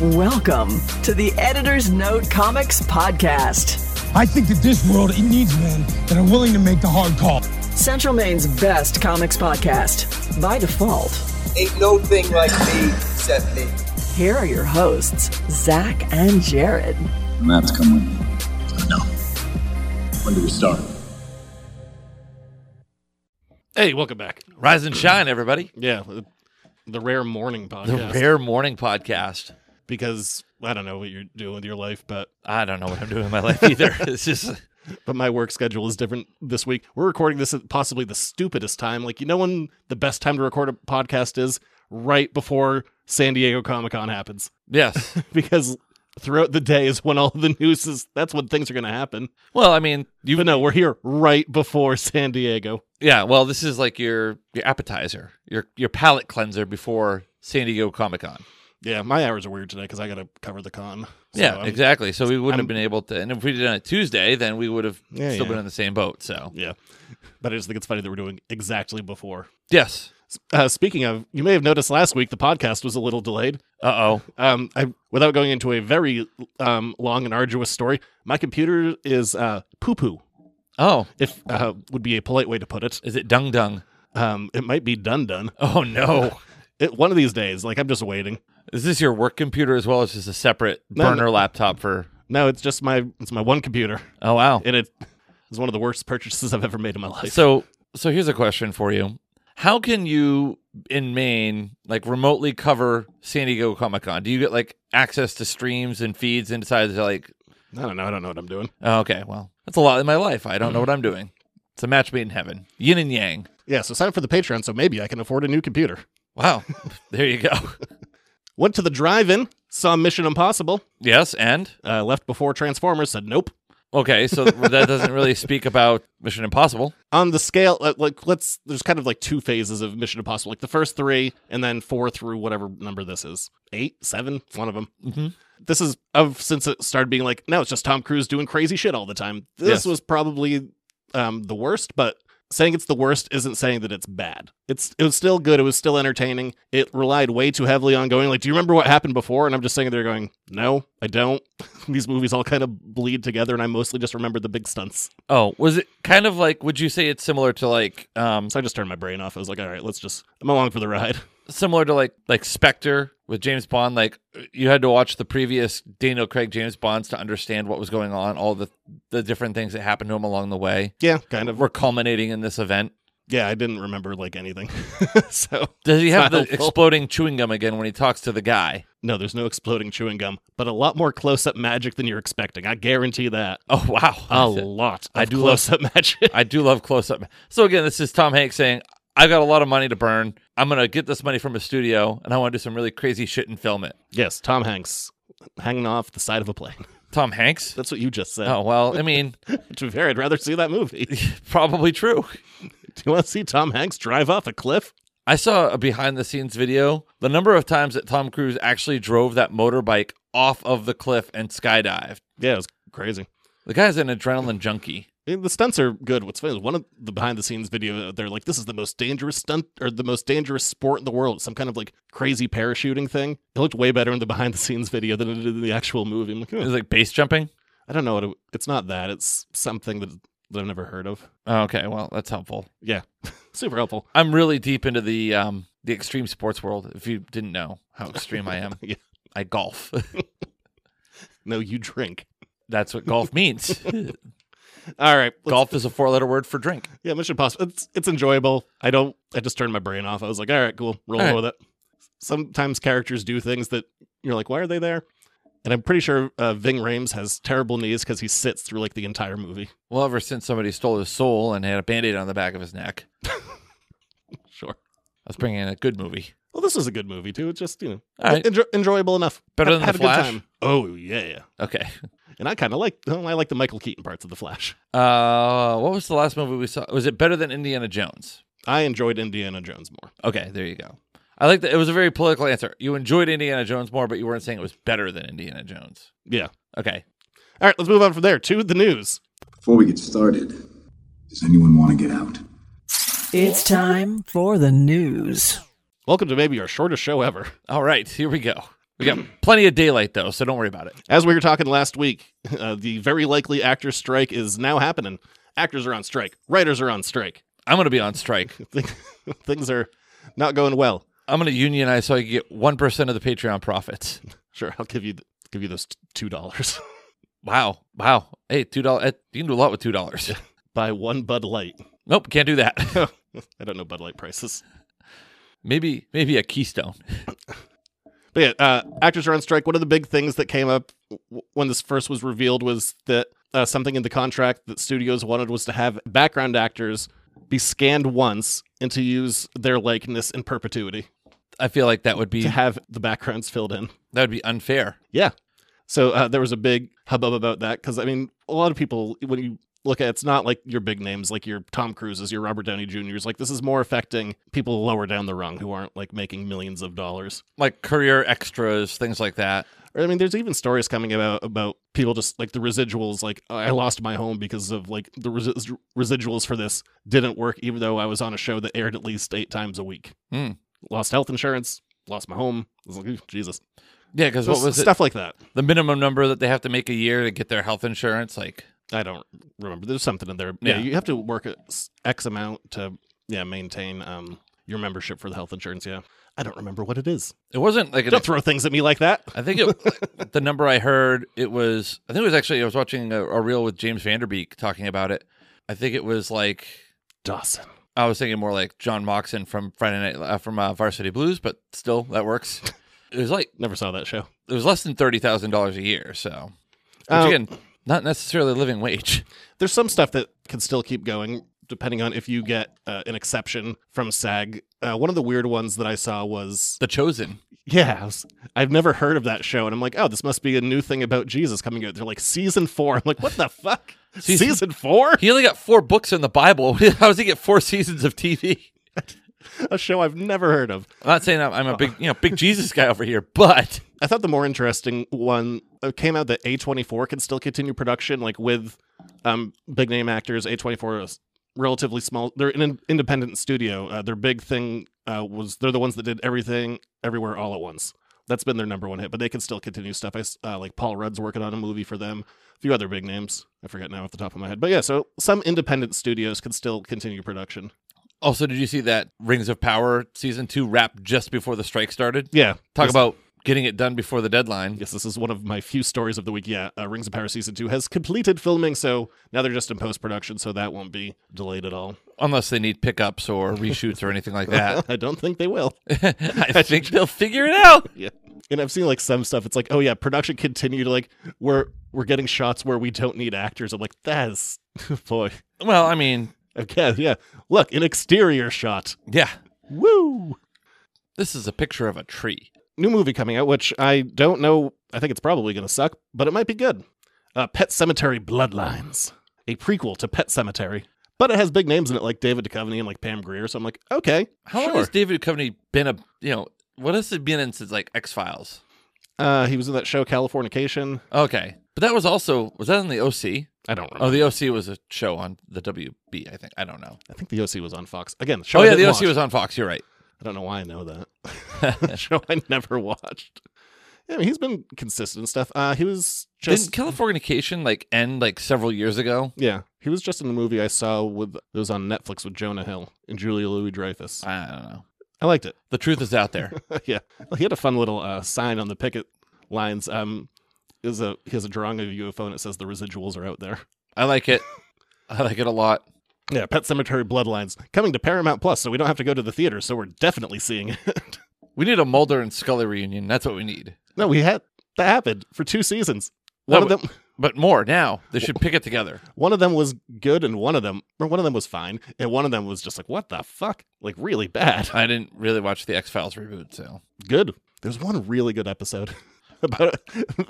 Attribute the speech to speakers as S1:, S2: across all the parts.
S1: Welcome to the Editor's Note Comics Podcast,
S2: I think that this world it needs men that are willing to make the hard call.
S1: Central Maine's best comics podcast. By default,
S3: Ain't no thing like me, except me.
S1: here are your hosts, Zach and Jared.
S4: Maps come with me. No. When do we start?
S5: Hey, welcome back.
S6: Rise and shine, everybody.
S5: Yeah, the, the rare morning
S6: The
S5: podcast.
S6: rare morning podcast.
S5: because I don't know what you're doing with your life, but
S6: I don't know what I'm doing in my life either. It's just
S5: but my work schedule is different this week. We're recording this at possibly the stupidest time. Like you know when the best time to record a podcast is right before San Diego Comic Con happens
S6: yes.
S5: because throughout the day is when all the news is. That's when things are going to happen.
S6: Well, I mean, you
S5: But no, we're here right before San Diego.
S6: yeah. Well, this is like your your appetizer, your your palate cleanser before San Diego Comic Con.
S5: Yeah, my hours are weird today because I got to cover the con. So
S6: yeah,
S5: I'm-
S6: exactly. So we wouldn't
S5: I'm-
S6: have been able to, and if we did done it Tuesday, then we would have
S5: Yeah,
S6: still
S5: yeah.
S6: been in the same boat. So
S5: Yeah, but I just think it's funny that we're doing exactly before.
S6: yes.
S5: Uh, speaking of, you may have noticed last week the podcast was a little delayed.
S6: Uh oh.
S5: Um, I, without going into a very um, long and arduous story, my computer is uh, poo poo,
S6: Oh,
S5: if uh, would be a polite way to put it.
S6: is it dung dung?
S5: Um, it might be done done.
S6: Oh no.
S5: It, one of these days, like I'm just waiting.
S6: is this your work computer as well as just a separate
S5: No, no.
S6: burner laptop for?
S5: No, it's just my it's my one computer,
S6: Oh wow.
S5: and it is one of the worst purchases I've ever made in my life.
S6: So, so here's a question for you: How can you in Maine like remotely cover San Diego Comic Con? Do you get like access to streams and feeds inside? the, Like,
S5: I don't know. I don't know what I'm doing.
S6: oh, okay, well, that's a lot in my life. I don't know what I'm doing. It's a match made in heaven, yin and yang.
S5: Yeah, so sign up for the Patreon, so maybe I can afford a new computer.
S6: Wow, there you go.
S5: Went to the drive-in, saw Mission Impossible,
S6: Yes, and
S5: uh, left before Transformers, said nope.
S6: okay, so that doesn't really speak about Mission Impossible.
S5: on the scale uh, like let's there's kind of like two phases of mission impossible like the first three and then four through whatever number this is eight seven it's one of them
S6: Mhm.
S5: this is of since it started being like now it's just tom cruise doing crazy shit all the time this
S6: Yes.
S5: was probably um the worst but saying it's the worst isn't saying that it's bad it's it was still good it was still entertaining it relied way too heavily on going like do you remember what happened before and i'm just sitting there going no i don't these movies all kind of bleed together and i mostly just remember the big stunts
S6: Oh, was it kind of like? Would you say it's similar to like, um,
S5: So I just turned my brain off. I was like, all right, let's just, I'm along for the ride.
S6: similar to like like Spectre with James Bond. Like you had to watch the previous Daniel Craig James Bonds to understand what was going on, all the the different things that happened to him along the way.
S5: Yeah, kind of.
S6: We're culminating in this event.
S5: Yeah, I didn't remember like anything. so
S6: Does he
S5: It's not
S6: have the
S5: helpful.
S6: exploding chewing gum again when he talks to the guy?
S5: no, there's no exploding chewing gum, but a lot more close up magic than you're expecting. I guarantee that.
S6: Oh wow!
S5: A lot of
S6: I do love-
S5: close up magic.
S6: I do love close up. So again, this is Tom Hanks saying, "I've got a lot of money to burn. I'm gonna get this money from a studio, and I want to do some really crazy shit and film it."
S5: yes, Tom Hanks hanging off the side of a plane.
S6: Tom Hanks.
S5: That's what you just said.
S6: Oh well, I mean,
S5: To be fair, I'd rather see that movie. Do
S6: probably true.
S5: you want to see Tom Hanks drive off a cliff?
S6: I saw a behind the scenes video. The number of times that Tom Cruise actually drove that motorbike off of the cliff and skydived.
S5: Yeah, it was crazy.
S6: The guy's an adrenaline junkie.
S5: I mean, the stunts are good. What's funny is one of the behind the scenes video. They're like, "This is the most dangerous stunt or the most dangerous sport in the world." Some kind of like crazy parachuting thing. It looked way better in the behind the scenes video than it did in the actual movie. I'm like,
S6: It
S5: "Huh."
S6: was like base jumping.
S5: I don't know. What it, it's not that. It's something that, that I've never heard of.
S6: Oh, okay, well that's helpful.
S5: Yeah, super helpful.
S6: I'm really deep into the um the extreme sports world. If you didn't know how extreme I am,
S5: Yeah.
S6: I golf.
S5: No, you drink.
S6: that's what golf means.
S5: All right, let's-
S6: golf is a four letter word for drink.
S5: Yeah, Mission Impossible. It's it's enjoyable. I don't. I just turned my brain off. I was like, all right, cool, roll
S6: All right.
S5: with it. Sometimes characters do things that you're like, why are they there? And I'm pretty sure uh, Ving Rhames has terrible knees because he sits through like the entire movie.
S6: Well, ever since somebody stole his soul and had a band aid on the back of his neck,
S5: Sure.
S6: I was bringing in a good movie.
S5: Well, this was a good movie too. It's just you know
S6: All right.
S5: enjo- enjoyable enough.
S6: Better than
S5: had
S6: The
S5: a
S6: Flash?
S5: good time. Oh yeah,
S6: Okay.
S5: and I kind of like well, I like the Michael Keaton parts of the Flash.
S6: Uh, what was the last movie we saw? Was it better than Indiana Jones?
S5: I enjoyed Indiana Jones more.
S6: Okay, there you go. I like that. It was a very political answer. You enjoyed Indiana Jones more, but you weren't saying it was better than Indiana Jones.
S5: Yeah.
S6: Okay.
S5: All right, let's move on from there to the news.
S4: Before we get started, does anyone want to get out?
S1: It's time for the news.
S5: Welcome to maybe our shortest show ever.
S6: All right. Here we go. We got plenty of daylight though, so don't worry about it.
S5: As we were talking last week, uh, the very likely actors strike is now happening. Actors are on strike. Writers are on strike.
S6: I'm gonna be on strike.
S5: Things are not going well.
S6: I'm gonna unionize so I can get one percent of the Patreon profits.
S5: Sure, I'll give you th- give you those t- two dollars.
S6: Wow, wow. Hey, two dollars. You can do a lot with two dollars.
S5: Buy one Bud Light.
S6: Nope, can't do that.
S5: I don't know Bud Light prices.
S6: maybe maybe a Keystone.
S5: But yeah, uh, actors are on strike. One of the big things that came up w- when this first was revealed was that uh, something in the contract that studios wanted was to have background actors be scanned once and to use their likeness in perpetuity
S6: I feel like that would be
S5: to have the backgrounds filled in.
S6: that would be unfair.
S5: Yeah. So uh, there was a big hubbub about that because I mean, a lot of people when you look at it, it's not like your big names, like your Tom Cruises, your Robert Downey Juniors. Like this is more affecting people lower down the rung who aren't like making millions of dollars.
S6: Like career extras, things like that.
S5: Or I mean, there's even stories coming about about people just like the residuals. Like I lost my home because of like the resi- residuals for this didn't work, even though I was on a show that aired at least eight times a week.
S6: Hmm.
S5: Lost health insurance. Lost my home. I was like, "Ooh, Jesus.
S6: Yeah, because what
S5: Just
S6: was
S5: stuff like that?
S6: it? The minimum number that they have to make a year to get their health insurance, like
S5: I don't remember. There's something in there. Yeah,
S6: Yeah.
S5: you have to work a s- X amount to yeah maintain um your membership for the health insurance. Yeah, I don't remember what it is.
S6: it wasn't like an
S5: Don't throw things at me like that.
S6: I think it, the number I heard it was. I think it was actually I was watching a, a reel with James Vanderbeek talking about it. I think it was like
S5: Dawson.
S6: I was thinking more like John Moxon from Friday Night uh, from uh, Varsity Blues, but still that works. It was like
S5: Never saw that show.
S6: it was less than thirty thousand dollars a year, so which
S5: Um,
S6: again, not necessarily a living wage.
S5: There's some stuff that can still keep going depending on if you get uh, an exception from SAG. Uh, one of the weird ones that I saw was
S6: The Chosen.
S5: yeah, I was, I've never heard of that show, and I'm like, oh, this must be a new thing about Jesus coming out. They're like season four. I'm like, what the fuck?
S6: Season-
S5: season four?
S6: He only got four books in the Bible. How does he get four seasons of TV?
S5: A show I've never heard of.
S6: I'm not saying I'm, I'm a big you know big Jesus guy over here, but
S5: I thought the more interesting one uh, came out that A24 can still continue production, like with um, big name actors. A24 is relatively small. They're an in- independent studio. Uh, their big thing uh, was they're the ones that did everything, everywhere, all at once. That's been their number one hit, but they can still continue stuff. I s- uh, like Paul Rudd's working on a movie for them. A few other big names. I forget now off the top of my head, but yeah. So some independent studios can still continue production.
S6: Also, did you see that Rings of Power season two wrapped just before the strike started?
S5: Yeah,
S6: Talk
S5: Yes.
S6: about getting it done before the deadline.
S5: Yes, this is one of my few stories of the week. Yeah, uh, Rings of Power season two has completed filming, so now they're just in post production, so that won't be delayed at all.
S6: Unless they need pickups or reshoots or anything like that.
S5: I don't think they will.
S6: I think they'll figure it out.
S5: yeah, and I've seen like some stuff. It's like, oh yeah, production continued. Like we're we're getting shots where we don't need actors. I'm like, that's boy.
S6: Well, I mean,
S5: Okay, yeah. Look, an exterior shot.
S6: yeah,
S5: Woo.
S6: this is a picture of a tree.
S5: New movie coming out, which I don't know. I think it's probably going to suck, but it might be good. Uh, Pet Cemetery Bloodlines, a prequel to Pet Cemetery, but it has big names in it like David Duchovny and like Pam Grier. So I'm like, okay,
S6: How long
S5: sure.
S6: has David Duchovny been a you know what has it been in since like X Files?
S5: uh, he was in that show Californication.
S6: Okay, but that was also was that in the OC?
S5: I don't
S6: Oh,
S5: remember.
S6: the OC was a show on the WB. I think I don't know.
S5: I think the OC was on Fox again. The show
S6: Oh
S5: I
S6: yeah,
S5: didn't
S6: the OC
S5: watch.
S6: was on Fox. You're right.
S5: I don't know why I know that show I never watched. Yeah, I mean, he's been consistent and stuff. Uh, he was just
S6: Didn't Californication like end like several years ago?
S5: yeah, he was just in the movie I saw with that was on Netflix with Jonah Hill and Julia Louis Dreyfus.
S6: I don't know.
S5: I liked it.
S6: The truth is out there.
S5: yeah, Well, he had a fun little uh, sign on the picket lines. Um, is a he has a drawing of a UFO and it says the residuals are out there.
S6: I like it. I like it a lot.
S5: Yeah, Pet Cemetery Bloodlines coming to Paramount Plus, so we don't have to go to the theater. So we're definitely seeing it.
S6: We need a Mulder and Scully reunion. That's what we need.
S5: no, we had that happened for two seasons.
S6: No,
S5: One of them,
S6: But more now. They should pick it together.
S5: one of them was good, and one of them, or one of them was fine, and one of them was just like what the fuck, like really bad.
S6: I didn't really watch the X Files reboot, so
S5: good. There's one really good episode about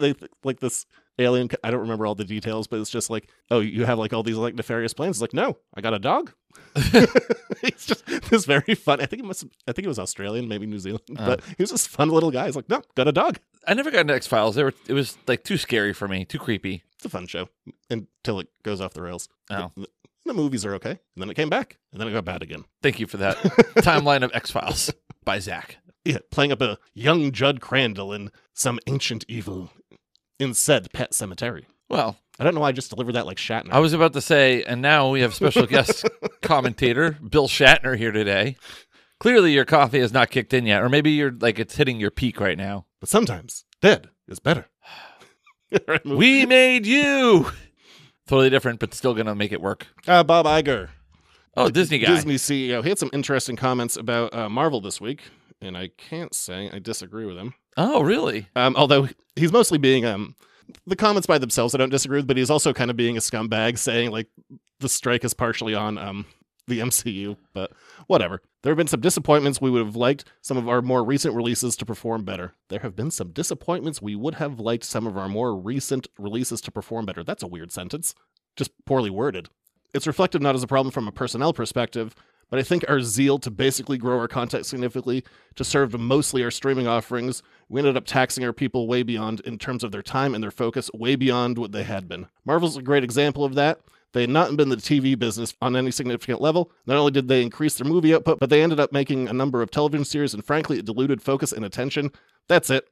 S5: they like this alien. I don't remember all the details, but it's just like, oh, you have like all these like nefarious plans. It's like, no, I got a dog. it's just this very fun. I think it must. I think it was Australian, maybe New Zealand, but he was this fun little guy. He's like, no, got a dog.
S6: I never got into X Files. They were it was like too scary for me, too creepy.
S5: It's a fun show until it goes off the rails.
S6: Oh.
S5: The, the movies are okay, and then it came back, and then it got bad again.
S6: Thank you for that timeline of X Files by Zach.
S5: yeah, playing up a young Judd Crandall in some ancient evil in said pet cemetery.
S6: Well,
S5: I don't know why I just delivered that like Shatner.
S6: I was about to say, and now we have special guest commentator Bill Shatner here today. Clearly, your coffee has not kicked in yet, or maybe you're like it's hitting your peak right now.
S5: but sometimes dead is better. Alright, move-
S6: We made you totally different, but still gonna make it work.
S5: uh, Bob Iger.
S6: Oh, Disney guy.
S5: Disney CEO. He had some interesting comments about uh, Marvel this week, and I can't say I disagree with him.
S6: Oh, really?
S5: Um, although he's mostly being um, the comments by themselves, I don't disagree with, but he's also kind of being a scumbag, saying like the strike is partially on um, the MCU. But whatever. There have been some disappointments. We would have liked some of our more recent releases to perform better. There have been some disappointments. We would have liked some of our more recent releases to perform better. That's a weird sentence, just poorly worded. It's reflective not as a problem from a personnel perspective, but I think our zeal to basically grow our content significantly to serve mostly our streaming offerings, we ended up taxing our people way beyond in terms of their time and their focus, way beyond what they had been. Marvel's a great example of that. They had not been in the TV business on any significant level. Not only did they increase their movie output, but they ended up making a number of television series, and frankly, it diluted focus and attention. That's it.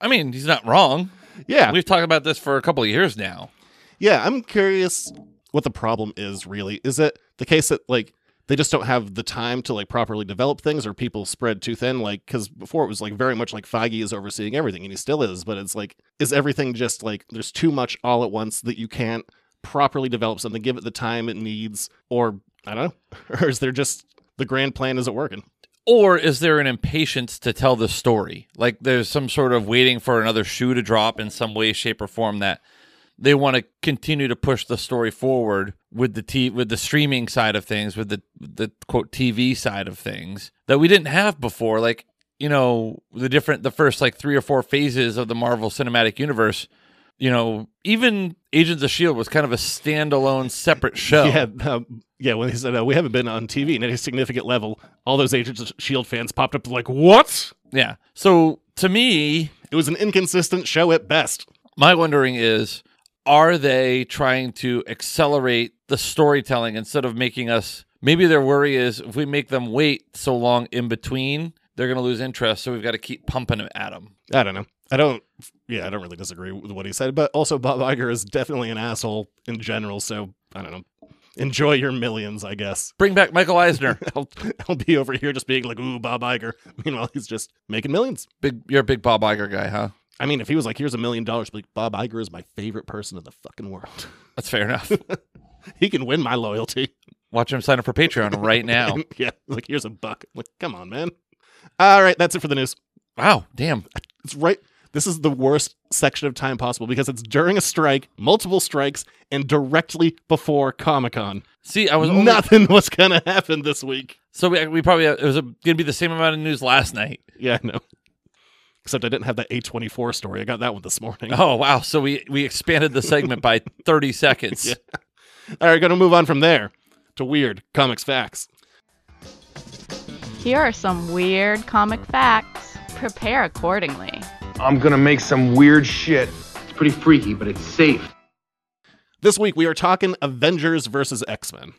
S6: I mean, he's not wrong.
S5: Yeah.
S6: We've talked about this for a couple of years now.
S5: Yeah, I'm curious what the problem is really. Is it the case that like they just don't have the time to like properly develop things or people spread too thin like cuz before it was like very much like Feige is overseeing everything and he still is, but it's like is everything just like there's too much all at once that you can't properly develop something, give it the time it needs or I don't know. or is there just the grand plan isn't working?
S6: Or is there an impatience to tell the story? Like there's some sort of waiting for another shoe to drop in some way, shape, or form that they want to continue to push the story forward with the t- with the streaming side of things, with the the quote TV side of things that we didn't have before. Like you know the different the first like three or four phases of the Marvel Cinematic Universe. You know, even Agents of Shield E was kind of a standalone, separate show.
S5: Yeah, um, yeah. When he said uh, we haven't been on TV in any significant level, all those Agents of Shield E fans popped up like, "What?"
S6: yeah. So to me,
S5: It was an inconsistent show at best.
S6: My wondering is are they trying to accelerate the storytelling instead of making us maybe their worry is if we make them wait so long in between they're going to lose interest so we've got to keep pumping them at them
S5: I don't know. I don't. Yeah, I don't really disagree with what he said, but also Bob Iger is definitely an asshole in general. So I don't know. Enjoy your millions, I guess.
S6: bring back michael eisner
S5: I'll, I'll be over here just being like, "Ooh, Bob Iger." Meanwhile, he's just making millions.
S6: big you're a big bob Iger guy huh
S5: I mean, if he was like, "Here's a million dollars," I'd be like Bob Iger is my favorite person in the fucking world.
S6: that's fair enough
S5: he can win my loyalty.
S6: watch him sign up for patreon right now
S5: yeah, like here's a buck. Like, come on, man. All right, that's it for the news.
S6: wow damn
S5: It's right. This is the worst section of time possible because it's during a strike, multiple strikes, and directly before Comic Con.
S6: see i was only,
S5: Nothing was gonna happen this week.
S6: so we, we probably it was going to be the same amount of news last night
S5: Yeah, I know. Except I didn't have that A24 story. I got that one this morning.
S6: oh wow so we we expanded the segment by 30 seconds
S5: All right, gonna move on from there to weird comics facts.
S7: Here are some weird comic facts. Prepare accordingly.
S8: I'm gonna make some weird shit. It's pretty freaky, but it's safe.
S5: This week we are talking Avengers versus X Men.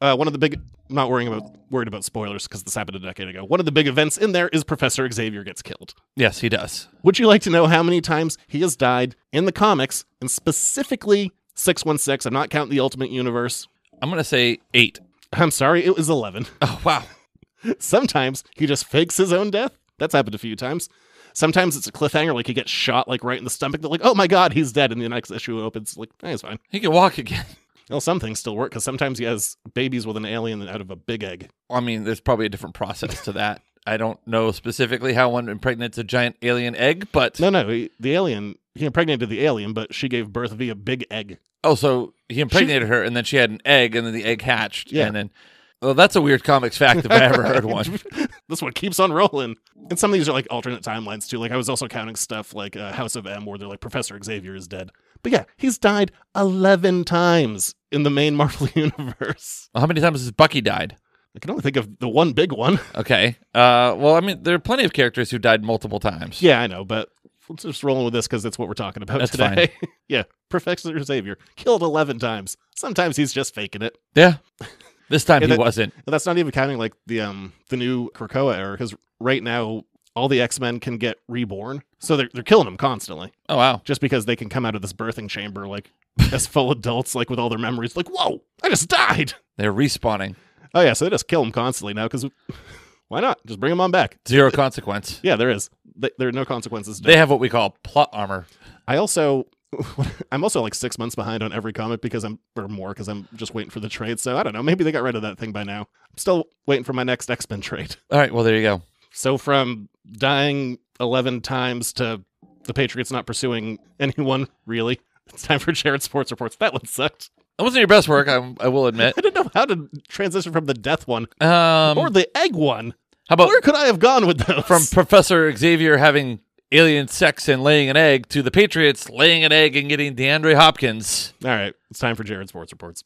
S5: Uh, one of the big, I'm not worrying about worried about spoilers because this happened a decade ago. One of the big events in there is Professor Xavier gets killed.
S6: yes he does
S5: Would you like to know how many times he has died in the comics and specifically 616? I'm not counting the Ultimate Universe.
S6: I'm gonna say eight.
S5: I'm sorry, it was 11.
S6: Oh wow.
S5: Sometimes he just fakes his own death. That's happened a few times. Sometimes it's a cliffhanger, like he gets shot like right in the stomach. They're like, oh my god, he's dead. And the next issue opens, like, eh, he's fine.
S6: He can walk again.
S5: Well, some things still work because sometimes he has babies with an alien out of a big egg.
S6: I mean, there's probably a different process to that. I don't know specifically how one impregnates a giant alien egg, but
S5: No, no, he, the alien, he impregnated the alien, but she gave birth via big egg.
S6: oh, so he impregnated her, and then she had an egg, and then the egg hatched,
S5: Yeah.
S6: and then. Well, that's a weird comics fact if I ever heard one.
S5: this one keeps on rolling. And some of these are like alternate timelines too. Like I was also counting stuff like uh, House of M, where they're like Professor Xavier is dead. But yeah, he's died eleven times in the main Marvel universe.
S6: How many times has Bucky died?
S5: I can only think of the one big one.
S6: Okay. Uh, well, I mean, there are plenty of characters who died multiple times.
S5: Yeah, I know, but let's just rolling with this because that's what we're talking about
S6: That's
S5: today. yeah, Professor Xavier killed eleven times. Sometimes he's just faking it.
S6: Yeah. This time
S5: And
S6: he
S5: it-
S6: wasn't.
S5: And that's not even counting like the um the new Krakoa era because right now all the X Men can get reborn, so they're they're killing them constantly
S6: Oh wow.
S5: just because they can come out of this birthing chamber like as full adults, like with all their memories. Like whoa, I just died.
S6: They're respawning.
S5: Oh yeah, so they just kill them constantly now because why not? Just bring them on back.
S6: Zero consequence.
S5: Yeah, there is. Th- There are no consequences. To
S6: They have what we call plot armor.
S5: I also, I'm also like six months behind on every comic because I'm, or more because I'm just waiting for the trade. So I don't know. Maybe they got rid of that thing by now. I'm still waiting for my next X Men trade.
S6: All right, well there you go.
S5: So from dying 11 times to the Patriots not pursuing anyone, really. It's time for Jared Sports Reports. That one sucked.
S6: That wasn't your best work, I, I will admit.
S5: I didn't know how to transition from the death one
S6: Um,
S5: or the egg one.
S6: how about
S5: Where could I have gone with those?
S6: from Professor Xavier having alien sex and laying an egg to the Patriots laying an egg and getting DeAndre Hopkins?
S5: All right, it's time for Jared Sports Reports.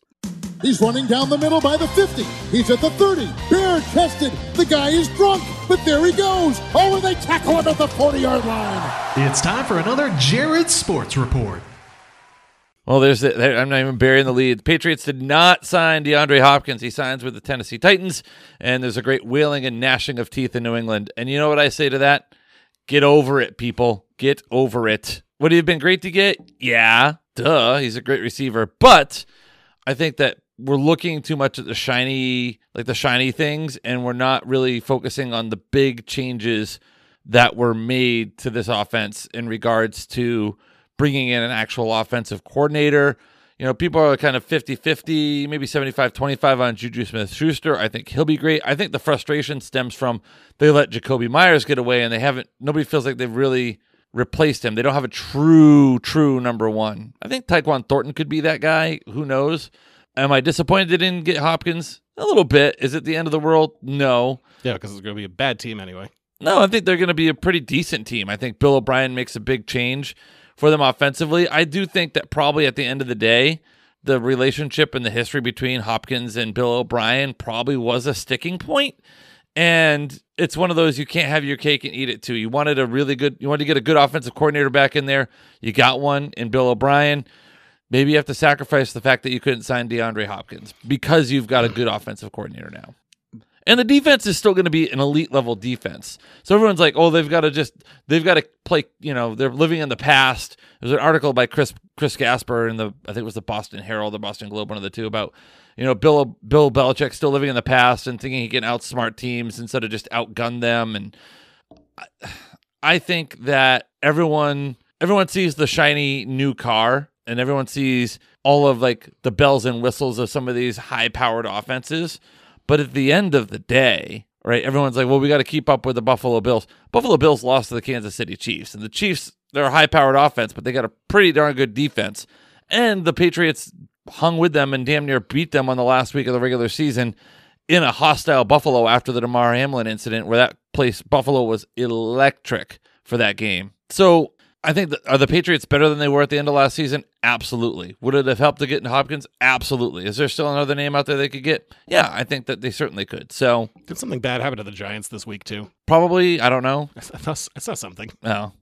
S9: He's running down the middle by the 50. He's at the 30. Bare chested. The guy is drunk, but there he goes. Oh, and they tackle him at the 40 yard line.
S10: It's time for another Jared Sports Report.
S6: Well, there's the, there, I'm not even burying the lead. The Patriots did not sign DeAndre Hopkins. He signs with the Tennessee Titans, and there's a great wailing and gnashing of teeth in New England. And you know what I say to that? Get over it, people. Get over it. Would he have been great to get? Yeah, duh. He's a great receiver, but I think that we're looking too much at the shiny, like the shiny things, and we're not really focusing on the big changes that were made to this offense in regards to bringing in an actual offensive coordinator. You know, people are kind of 50 50, maybe 75 25 on Juju Smith Schuster. I think he'll be great. I think the frustration stems from they let Jacoby Myers get away and they haven't, nobody feels like they've really replaced him. They don't have a true, true number one. I think Taekwon Thornton could be that guy. Who knows? Am I disappointed they didn't get Hopkins? A little bit. Is it the end of the world? No.
S5: Yeah, because it's going to be a bad team anyway.
S6: No, I think they're going to be a pretty decent team. I think Bill O'Brien makes a big change for them offensively. I do think that probably at the end of the day, the relationship and the history between Hopkins and Bill O'Brien probably was a sticking point. And it's one of those you can't have your cake and eat it too. You wanted a really good, you wanted to get a good offensive coordinator back in there. You got one in Bill O'Brien. Maybe you have to sacrifice the fact that you couldn't sign DeAndre Hopkins because you've got a good offensive coordinator now. And the defense is still going to be an elite level defense. So everyone's like, oh, they've got to just, they've got to play, you know, they're living in the past. There's an article by Chris Chris Gasper in the, I think it was the Boston Herald, the Boston Globe, one of the two, about, you know, Bill Bill Belichick still living in the past and thinking he can outsmart teams instead of just outgun them. And I think that everyone everyone sees the shiny new car and everyone sees all of like the bells and whistles of some of these high powered offenses. But at the end of the day, right, everyone's like, well, we got to keep up with the Buffalo Bills. Buffalo Bills lost to the Kansas City Chiefs, and the Chiefs, they're a high powered offense, but they got a pretty darn good defense. And the Patriots hung with them and damn near beat them on the last week of the regular season in a hostile Buffalo after the DeMar Hamlin incident, where that place, Buffalo, was electric for that game. So I think that, are the Patriots better than they were at the end of last season? Absolutely. Would it have helped to get Hopkins? Absolutely. Is there still another name out there they could get? Yeah, I think that they certainly could. So
S5: Did something bad happen to the Giants this week, too?
S6: probably, I don't know.
S5: I saw, I saw something
S6: No.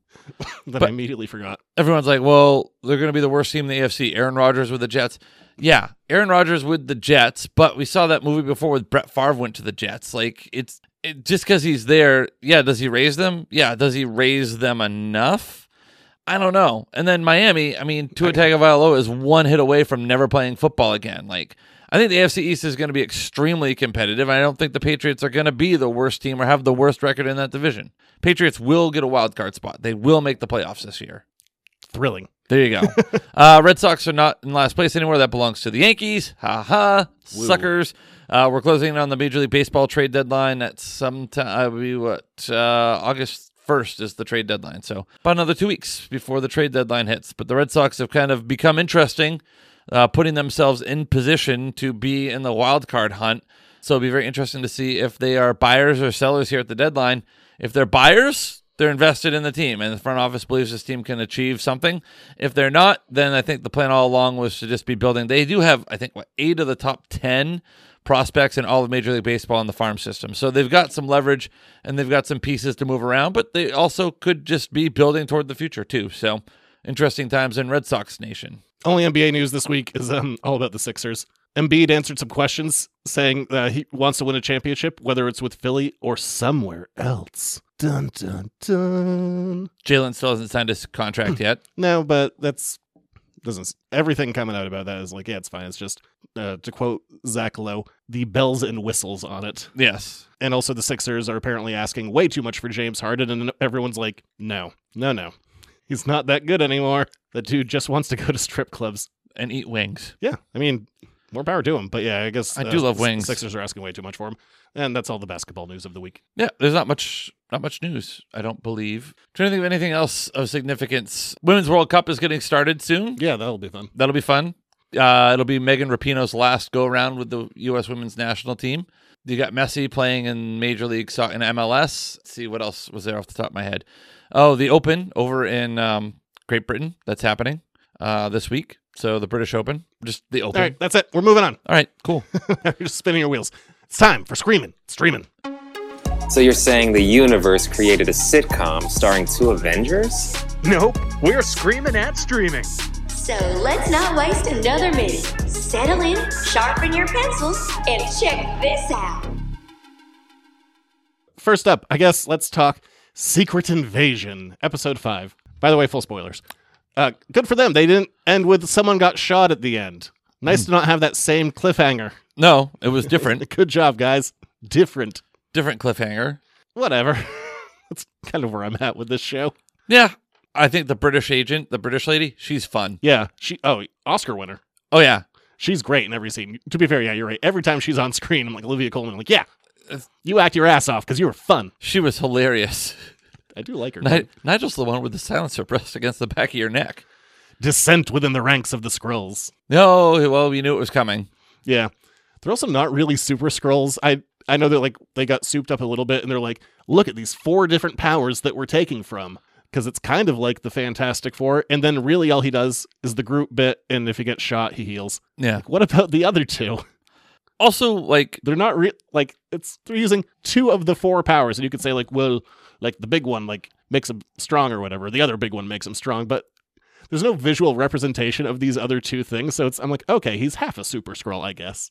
S5: that I
S6: But-
S5: immediately forgot.
S6: everyone's like, well, they're going to be the worst team in the AFC. Aaron Rodgers with the Jets. Yeah, Aaron Rodgers with the Jets, but we saw that movie before with Brett Favre went to the Jets. Like, it's it, just because he's there. Yeah, does he raise them? Yeah, does he raise them enough? I don't know. And then Miami, I mean, Tua Tagovailoa is one hit away from never playing football again. Like, I think the AFC East is going to be extremely competitive. I don't think the Patriots are going to be the worst team or have the worst record in that division. Patriots will get a wild card spot. They will make the playoffs this year.
S5: Thrilling.
S6: There you go. uh, Red Sox are not in last place anymore. That belongs to the Yankees. Ha ha, suckers. Uh, we're closing in on the Major League Baseball trade deadline at some time. Be what uh, August first is the trade deadline. So about another two weeks before the trade deadline hits. But the Red Sox have kind of become interesting, uh, putting themselves in position to be in the wild card hunt. So it'll be very interesting to see if they are buyers or sellers here at the deadline. If they're buyers, they're invested in the team, and the front office believes this team can achieve something. If they're not, then I think the plan all along was to just be building. They do have, I think, what eight of the top ten prospects in all of Major League Baseball in the farm system. So they've got some leverage and they've got some pieces to move around, but they also could just be building toward the future too. So interesting times in Red Sox Nation.
S5: Only NBA news this week is um, all about the Sixers. Embiid answered some questions saying uh, he wants to win a championship, whether it's with Philly or somewhere else. Dun dun dun.
S6: Jalen still hasn't signed his contract yet.
S5: No, but that's doesn't s- everything coming out about that is like, yeah, it's fine. It's just uh, to quote Zach Lowe, the bells and whistles on it.
S6: Yes.
S5: And also the Sixers are apparently asking way too much for James Harden, and everyone's like, no, no, no. He's not that good anymore. The dude just wants to go to strip clubs.
S6: And eat wings.
S5: Yeah, I mean, more power to him. But yeah, I guess
S6: I do love
S5: the
S6: wings.
S5: Sixers are asking way too much for him, and that's all the basketball news of the week.
S6: Yeah, there's not much not much news, I don't believe. trying to think of anything else of significance. Women's World Cup is getting started soon.
S5: Yeah, that'll be fun.
S6: That'll be fun. Uh, it'll be Megan Rapinoe's last go around with the U.S. women's national team. You got Messi playing in Major League Soccer in MLS. Let's see what else was there off the top of my head. Oh, the Open over in um, Great Britain. That's happening uh, this week. So the British Open, just the Open.
S5: All right, that's it. We're moving on.
S6: All right cool.
S5: You're just spinning your wheels. It's time for screaming, streaming.
S11: So you're saying the universe created a sitcom starring two Avengers?
S12: Nope, we're screaming at streaming.
S13: So let's not waste another minute. Settle in, sharpen your pencils, and check this out.
S5: First up, I guess let's talk Secret Invasion, episode five. By the way, full spoilers. Uh, good for them. They didn't end with someone got shot at the end. Nice to not have that same cliffhanger.
S6: No, it was different.
S5: Good job, guys. Different.
S6: different cliffhanger.
S5: Whatever. That's kind of where I'm at with this show.
S6: Yeah. I think the British agent, the British lady, she's fun.
S5: Yeah. She. Oh, Oscar winner.
S6: Oh yeah.
S5: She's great in every scene. To be fair, yeah, you're right. Every time she's on screen, I'm like Olivia Coleman. I'm like, yeah, you act your ass off because you were fun.
S6: She was hilarious.
S5: I do like her.
S6: Ni- Nigel's the one with the silencer pressed against the back of your neck.
S5: Descent within the ranks of the Skrulls.
S6: No, well, we knew it was coming.
S5: Yeah. They're also not really super scrolls. I I know that like they got souped up a little bit and they're like, look at these four different powers that we're taking from. Because it's kind of like the Fantastic Four, and then really all he does is the group bit, and if he gets shot, he heals.
S6: Yeah.
S5: What about the other two?
S6: Also, like,
S5: They're not real. Like it's they're using two of the four powers, and you could say like, well, like the big one like makes him strong or whatever. The other big one makes him strong, but there's no visual representation of these other two things. So it's I'm like, okay, he's half a super scroll, I guess.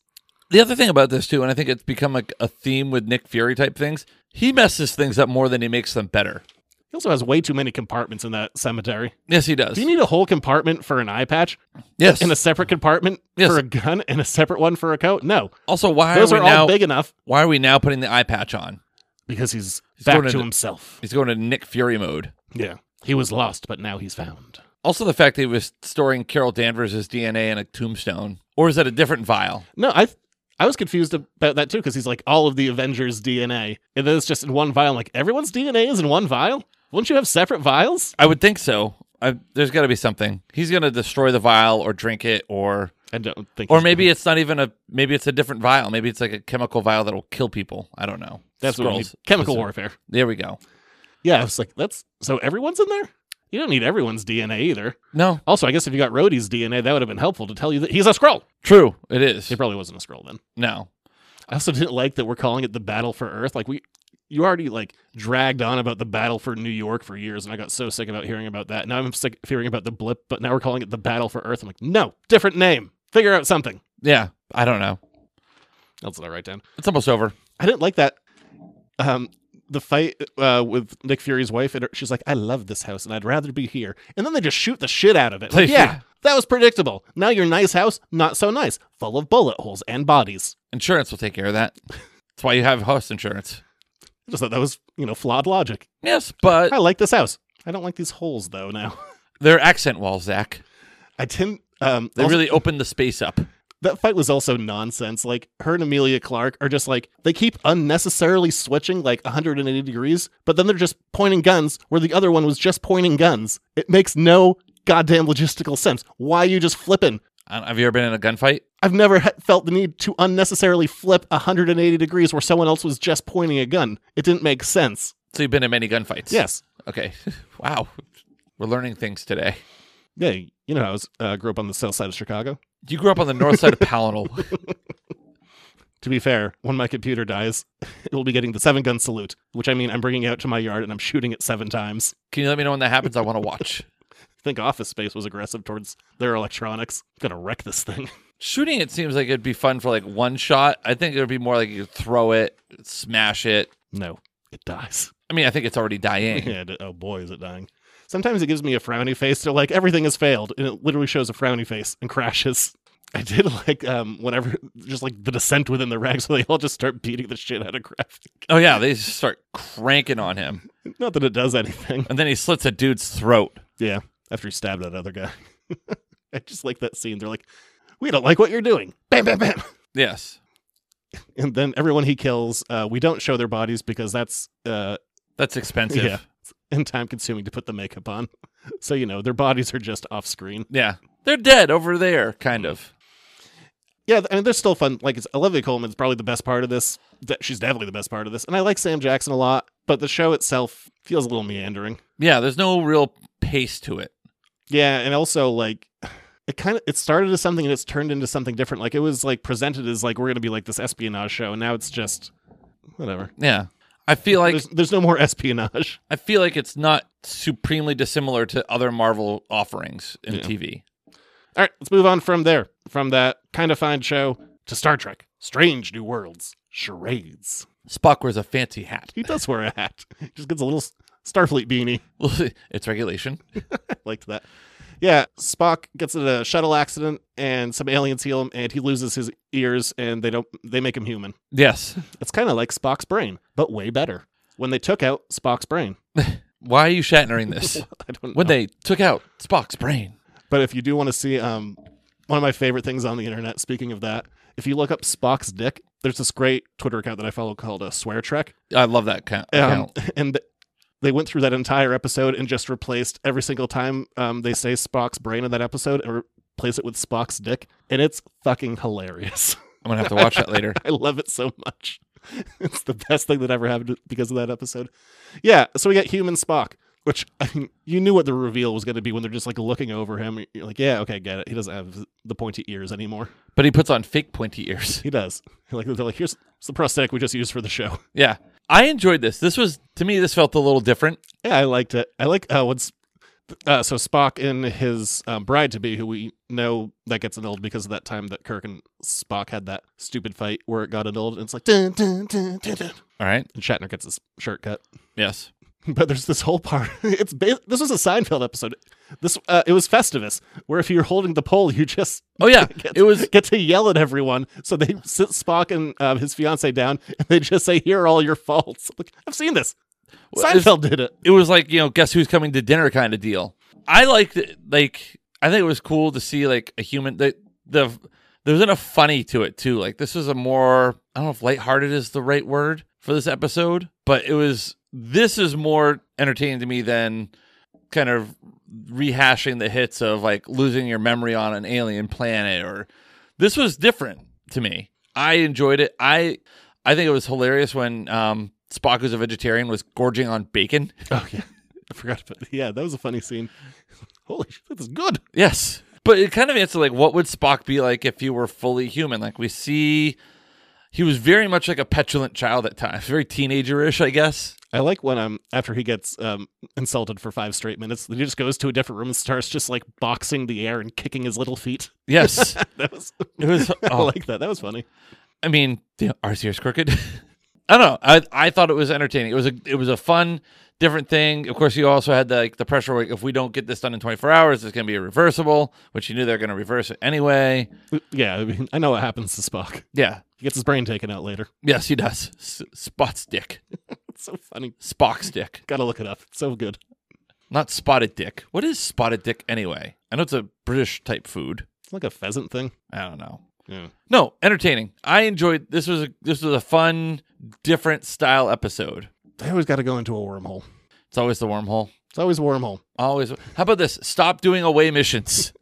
S6: the other thing about this too, and I think it's become like a theme with Nick Fury type things. He messes things up more than he makes them better.
S5: He also has way too many compartments in that cemetery.
S6: Yes, he does.
S5: Do you need a whole compartment for an eye patch
S6: yes.
S5: and a separate compartment
S6: Yes.
S5: for a gun and a separate one for a coat? No.
S6: also, why
S5: Those
S6: are
S5: are
S6: we
S5: all
S6: now?
S5: big enough
S6: why are we now putting the eye patch on?
S5: because he's,
S6: He's
S5: back
S6: going
S5: to
S6: into-
S5: himself.
S6: He's going to Nick Fury mode.
S5: Yeah. He was lost, but now he's found.
S6: Also, the fact that he was storing Carol Danvers' DNA in a tombstone, or is that a different vial?
S5: No, I I was confused about that too because he's like all of the Avengers DNA and then it's just in one vial. I'm like everyone's DNA is in one vial? Wouldn't you have separate vials?
S6: I would think so. I, there's got to be something. He's going to destroy the vial, or drink it, or
S5: I don't think
S6: or
S5: he's
S6: maybe
S5: gonna-
S6: it's not even a maybe it's a different vial. Maybe it's like a chemical vial that'll kill people. I don't know.
S5: that's what we need.
S6: Skrulls.
S5: chemical
S6: Listen.
S5: warfare.
S6: There we go.
S5: Yeah, I was like that's so everyone's in there? You don't need everyone's DNA either.
S6: No,
S5: Also, I guess if you got Rhodey's DNA, that would have been helpful to tell you that he's a scroll.
S6: true. It is.
S5: He probably wasn't a scroll then.
S6: No.
S5: I also didn't like that we're calling it the Battle for Earth. Like we, you already like dragged on about the Battle for New York for years, and I got so sick about hearing about that. Now I'm sick of hearing about the blip, but now we're calling it the Battle for Earth. I'm like, no, different name. Figure out something.
S6: Yeah. I don't know.
S5: That's what I write down.
S6: It's almost over.
S5: I didn't like that. Um, the fight uh, with Nick Fury's wife, and her- she's like, "I love this house, and I'd rather be here." And then they just shoot the shit out of it. Like,
S6: They-
S5: yeah, that was predictable. Now your nice house, not so nice, full of bullet holes and bodies.
S6: Insurance will take care of that. That's why you have house insurance.
S5: I just thought that was, you know, flawed logic.
S6: Yes, but
S5: I like this house. I don't like these holes though. Now
S6: they're accent walls, Zach.
S5: I didn't. Um,
S6: They
S5: also-
S6: really opened the space up.
S5: that fight was also nonsense. Like her and Amelia Clark are just like they keep unnecessarily switching like 180 degrees, but then they're just pointing guns where the other one was just pointing guns. It makes no goddamn logistical sense. Why are you just flipping?
S6: I don't- Have you ever been in a gunfight?
S5: I've never ha- felt the need to unnecessarily flip 180 degrees where someone else was just pointing a gun. It didn't make sense.
S6: So you've been in many gunfights.
S5: Yes.
S6: Okay. wow. We're learning things today.
S5: Yeah, you know, I was uh, grew up on the south side of Chicago.
S6: You grew up on the north side of Palinal.
S5: To be fair, when my computer dies, it will be getting the seven gun salute, which I mean I'm bringing out to my yard and I'm shooting it seven times.
S6: Can you let me know when that happens? I want to watch.
S5: I think Office Space was aggressive towards their electronics. I'm gonna wreck this thing.
S6: Shooting it seems like it'd be fun for like one shot. I think it would be more like you could throw it, smash it.
S5: No, it dies.
S6: I mean, I think it's already dying.
S5: Yeah, it- oh boy, is it dying. Sometimes it gives me a frowny face. They're like, everything has failed. And it literally shows a frowny face and crashes. I did like um whenever just like the descent within the rags, so they all just start beating the shit out of graphic.
S6: Oh yeah, they just start cranking on him.
S5: Not that it does anything.
S6: And then he slits a dude's throat.
S5: Yeah, after he stabbed that other guy. I just like that scene. They're like, "We don't like what you're doing." Bam, bam, bam.
S6: Yes.
S5: And then everyone he kills, uh, we don't show their bodies because that's uh,
S6: That's expensive.
S5: yeah, and time consuming to put the makeup on. So you know their bodies are just off screen.
S6: Yeah. They're dead over there, kind of.
S5: yeah, I mean, they're still fun. Like, it's Olivia Coleman's probably the best part of this. That she's definitely the best part of this, and I like Sam Jackson a lot. But the show itself feels a little meandering.
S6: Yeah, there's no real pace to it.
S5: Yeah, and also like it kind of it started as something and it's turned into something different. Like it was like presented as like we're gonna be like this espionage show, and now it's just whatever.
S6: Yeah. I feel like
S5: There's, there's no more espionage.
S6: I feel like it's not supremely dissimilar to other Marvel offerings in
S5: Yeah.
S6: TV.
S5: All right, let's move on from there, from that kind of fine show to Star Trek: Strange New Worlds, charades.
S6: Spock wears a fancy hat.
S5: He does wear a hat. He just gets a little s- Starfleet beanie.
S6: it's regulation.
S5: liked that. Yeah, Spock gets in a shuttle accident and some aliens heal him and he loses his ears and they don't they make him human.
S6: Yes.
S5: It's kind of like Spock's brain, but way better. When they took out Spock's brain.
S6: Why are you shattering this?
S5: I don't know.
S6: when they took out Spock's brain.
S5: But if you do want to see um one of my favorite things on the internet, speaking of that, if you look up Spock's dick, there's this great Twitter account that I follow called a Swear Trek.
S6: I love that count.
S5: Um, and th- they went through that entire episode and just replaced every single time um, they say Spock's brain in that episode and replace it with Spock's dick. And it's fucking hilarious.
S6: I'm gonna have to watch that later.
S5: I love it so much. It's the best thing that ever happened because of that episode. Yeah, so we got human Spock, which I mean, you knew what the reveal was going to be when they're just like looking over him. You're like, yeah, okay, get it. He doesn't have the pointy ears anymore.
S6: But he puts on fake pointy ears.
S5: He does. Like they're like, here's it's the prosthetic we just used for the show.
S6: Yeah. I enjoyed this. This was to me this felt a little different.
S5: Yeah, I liked it. I like uh, what's uh, so Spock and his um, bride to be, who we know that gets annulled because of that time that Kirk and Spock had that stupid fight where it got annulled, and it's like dun, dun, dun, dun, dun.
S6: All right.
S5: and Shatner gets his shirt cut.
S6: Yes.
S5: But there's this whole part. It's ba- this was a Seinfeld episode. This uh, it was Festivus, where if you're holding the pole, you just
S6: Oh yeah.
S5: get,
S6: It was
S5: get to yell at everyone. So they sit Spock and uh, his fiance down, and they just say, "Here are all your faults." Like I've seen this.
S6: Well, it's-
S5: Seinfeld did it.
S6: it was like you know guess who's coming to dinner kind of deal i liked it like i think it was cool to see like a human the the there was enough funny to it too like this was a more i don't know if lighthearted is the right word for this episode but it was this is more entertaining to me than kind of rehashing the hits of like losing your memory on an alien planet or this was different to me i enjoyed it i i think it was hilarious when um spock who's a vegetarian was gorging on bacon
S5: Oh yeah, I forgot about. Yeah, that was a funny scene. Holy shit, that is good.
S6: Yes. But it kind of answered like what would Spock be like if he were fully human? Like we see he was very much like a petulant child at times, very teenagerish, I guess.
S5: I like when um after he gets um insulted for five straight minutes, he just goes to a different room and starts just like boxing the air and kicking his little feet.
S6: Yes.
S5: That was
S6: It was-
S5: I
S6: oh.
S5: like that. That was funny.
S6: I mean, the RCR's crooked. I don't know. I I thought it was entertaining. It was a it was a fun, different thing. Of course, you also had the, like the pressure like if we don't get this done in 24 hours, it's going to be irreversible, which you knew they're going to reverse it anyway.
S5: Yeah, I mean, I know what happens to Spock.
S6: Yeah.
S5: He gets his brain taken out later.
S6: Yes, he does. S- Spot's dick.
S5: It's so funny.
S6: Spock's dick.
S5: Gotta look it up. It's so good.
S6: Not spotted dick. What is spotted dick anyway? I know it's a British type food.
S5: It's like a pheasant thing.
S6: I don't know.
S5: Yeah.
S6: No, entertaining. I enjoyed this was a, this was a fun, different style episode.
S5: They always got to go into a wormhole.
S6: It's always the wormhole.
S5: It's always a wormhole.
S6: Always. How about this? Stop doing away missions.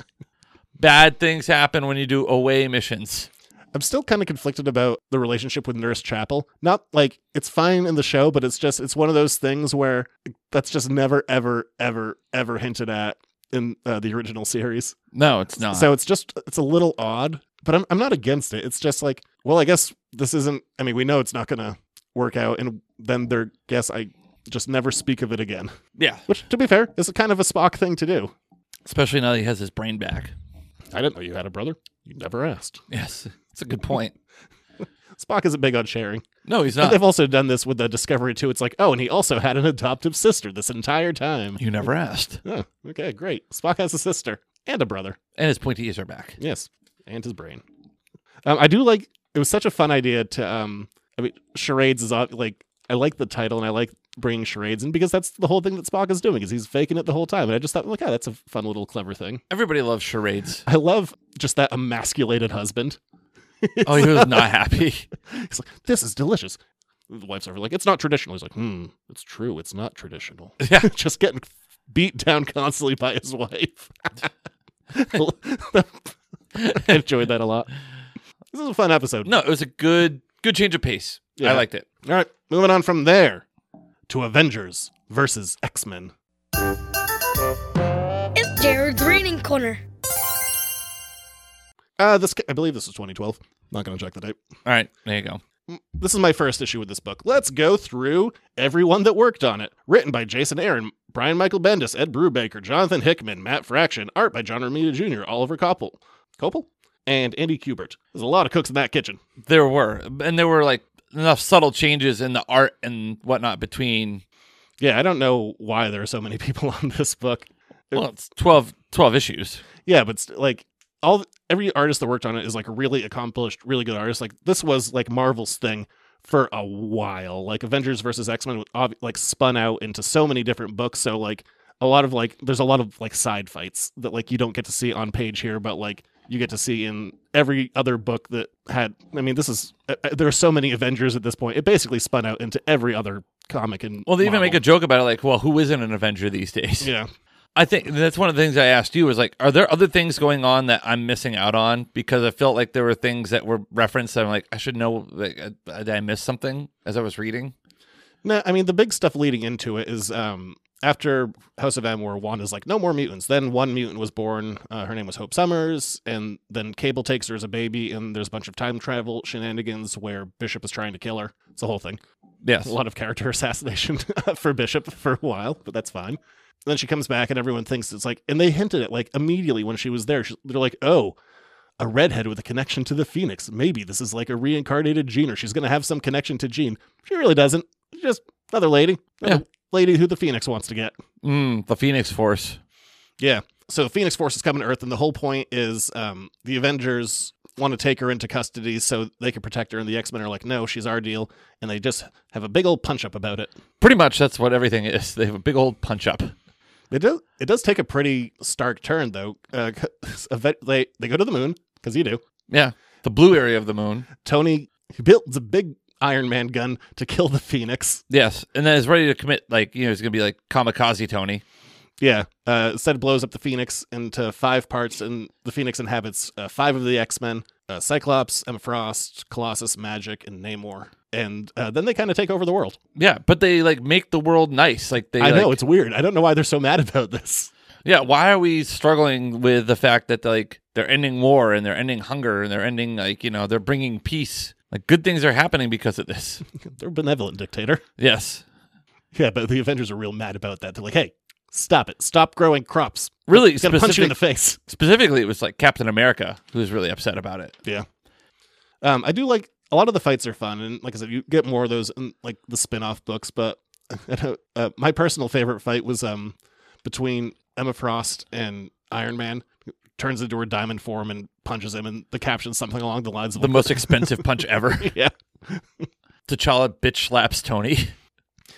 S6: Bad things happen when you do away missions.
S5: I'm still kind of conflicted about the relationship with Nurse Chapel. Not like it's fine in the show, but it's just it's one of those things where that's just never ever ever ever hinted at in uh, the original series.
S6: No, it's not.
S5: So it's just it's a little odd, but I'm I'm not against it. It's just like, well, I guess this isn't I mean, we know it's not going to work out and then they're guess I just never speak of it again.
S6: yeah,
S5: Which to be fair, is kind of a Spock thing to do.
S6: especially now that he has his brain back.
S5: I didn't know you had a brother. You never asked.
S6: Yes, it's a good point.
S5: Spock isn't big on sharing.
S6: No, he's
S5: But
S6: not.
S5: they've also done this with the Discovery too. It's like, oh, and he also had an adoptive sister this entire time.
S6: You never asked.
S5: Oh, okay, great. Spock has a sister and a brother.
S6: And his pointy ears are back.
S5: Yes, and his brain. Um, I do like. It was such a fun idea to. Um, I mean, charades is ob- like I like the title and I like bringing charades in because that's the whole thing that Spock is doing is he's faking it the whole time. And I just thought, like, oh, that's a fun little clever thing.
S6: Everybody loves charades.
S5: I love just that emasculated husband.
S6: Oh, he was not happy.
S5: He's like, this is delicious. The wife's over like, it's not traditional. He's like, hmm, it's true. It's not traditional.
S6: Yeah.
S5: Just getting beat down constantly by his wife. I enjoyed that a lot. This is a fun episode.
S6: No, it was a good good change of pace.
S5: Yeah.
S6: I liked it.
S5: All right, moving on from there to Avengers versus X Men.
S14: It's Jared's reading corner.
S5: Uh, this I believe this is 2012. Not going to check the date.
S6: All right, there you go.
S5: This is my first issue with this book. Let's go through everyone that worked on it. Written by Jason Aaron, Brian Michael Bendis, Ed Brubaker, Jonathan Hickman, Matt Fraction. Art by John Romita Jr., Oliver Koppel, Koppel, and Andy Kubert. There's a lot of cooks in that kitchen.
S6: There were, and there were like enough subtle changes in the art and whatnot between.
S5: Yeah, I don't know why there are so many people on this book.
S6: Well, it's 12, 12 issues.
S5: Yeah, but st- like all every artist that worked on it is like a really accomplished, really good artist. Like this was like Marvel's thing for a while. Like Avengers versus X Men ob- like spun out into so many different books. So like a lot of like there's a lot of like side fights that like you don't get to see on page here, but like you get to see in every other book that had. I mean, this is uh, uh, there are so many Avengers at this point. It basically spun out into every other comic and
S6: Well, they even make a joke about it, like, well, who isn't an Avenger these days?
S5: yeah.
S6: I think that's one of the things I asked you was like, are there other things going on that I'm missing out on? Because I felt like there were things that were referenced. That I'm like, I should know. Like, uh, did I miss something as I was reading?
S5: No, I mean the big stuff leading into it is um after House of M, where Wanda's like, no more mutants. Then one mutant was born. Uh, her name was Hope Summers, and then Cable takes her as a baby, and there's a bunch of time travel shenanigans where Bishop is trying to kill her. It's a whole thing.
S6: Yes.
S5: a lot of character assassination for Bishop for a while, but that's fine. Then she comes back, and everyone thinks it's like, and they hinted it like immediately when she was there. She, they're like, oh. A redhead with a connection to the Phoenix. Maybe this is like a reincarnated Jean, or she's going to have some connection to Jean. She really doesn't. She's just another lady. Another Lady who the Phoenix wants to get.
S6: Mm, the Phoenix Force.
S5: Yeah. So Phoenix Force is coming to Earth, and the whole point is um, the Avengers want to take her into custody so they can protect her, and the X Men are like, no, she's our deal. And they just have a big old punch up about it.
S6: Pretty much, that's what everything is. They have a big old punch up.
S5: It does, it does take a pretty stark turn, though. Uh, 'cause event- they, they go to the moon, because you do.
S6: Yeah, the blue area of the moon.
S5: Tony builds a big Iron Man gun to kill the Phoenix.
S6: Yes, and then it's ready to commit. Like you know, it's gonna be like kamikaze Tony.
S5: Yeah. Uh, instead, blows up the Phoenix into five parts, and the Phoenix inhabits uh, five of the X Men uh, Cyclops, Emma Frost, Colossus, Magic, and Namor. And uh, then they kind of take over the world.
S6: Yeah, but they like make the world nice. Like they,
S5: I know,
S6: like-
S5: it's weird. I don't know why they're so mad about this.
S6: Yeah, why are we struggling with the fact that like they're ending war and they're ending hunger and they're ending like you know they're bringing peace? Like good things are happening because of this.
S5: They're a benevolent dictator.
S6: Yes,
S5: Yeah, but the Avengers are real mad about that. They're like, hey, stop it. Stop growing crops.
S6: really.
S5: It's going to punch you in the
S6: specific-
S5: face.
S6: Specifically, it was like Captain America who was really upset about it.
S5: Yeah. Um, I do like a lot of the fights are fun, and like I said, you get more of those in like the spin-off books. But I don't- uh, my personal favorite fight was um between Emma Frost and Iron Man. who Turns into her diamond form and punches him, and the caption something along the lines of
S6: The most expensive punch ever.
S5: yeah,
S6: T'Challa bitch slaps Tony.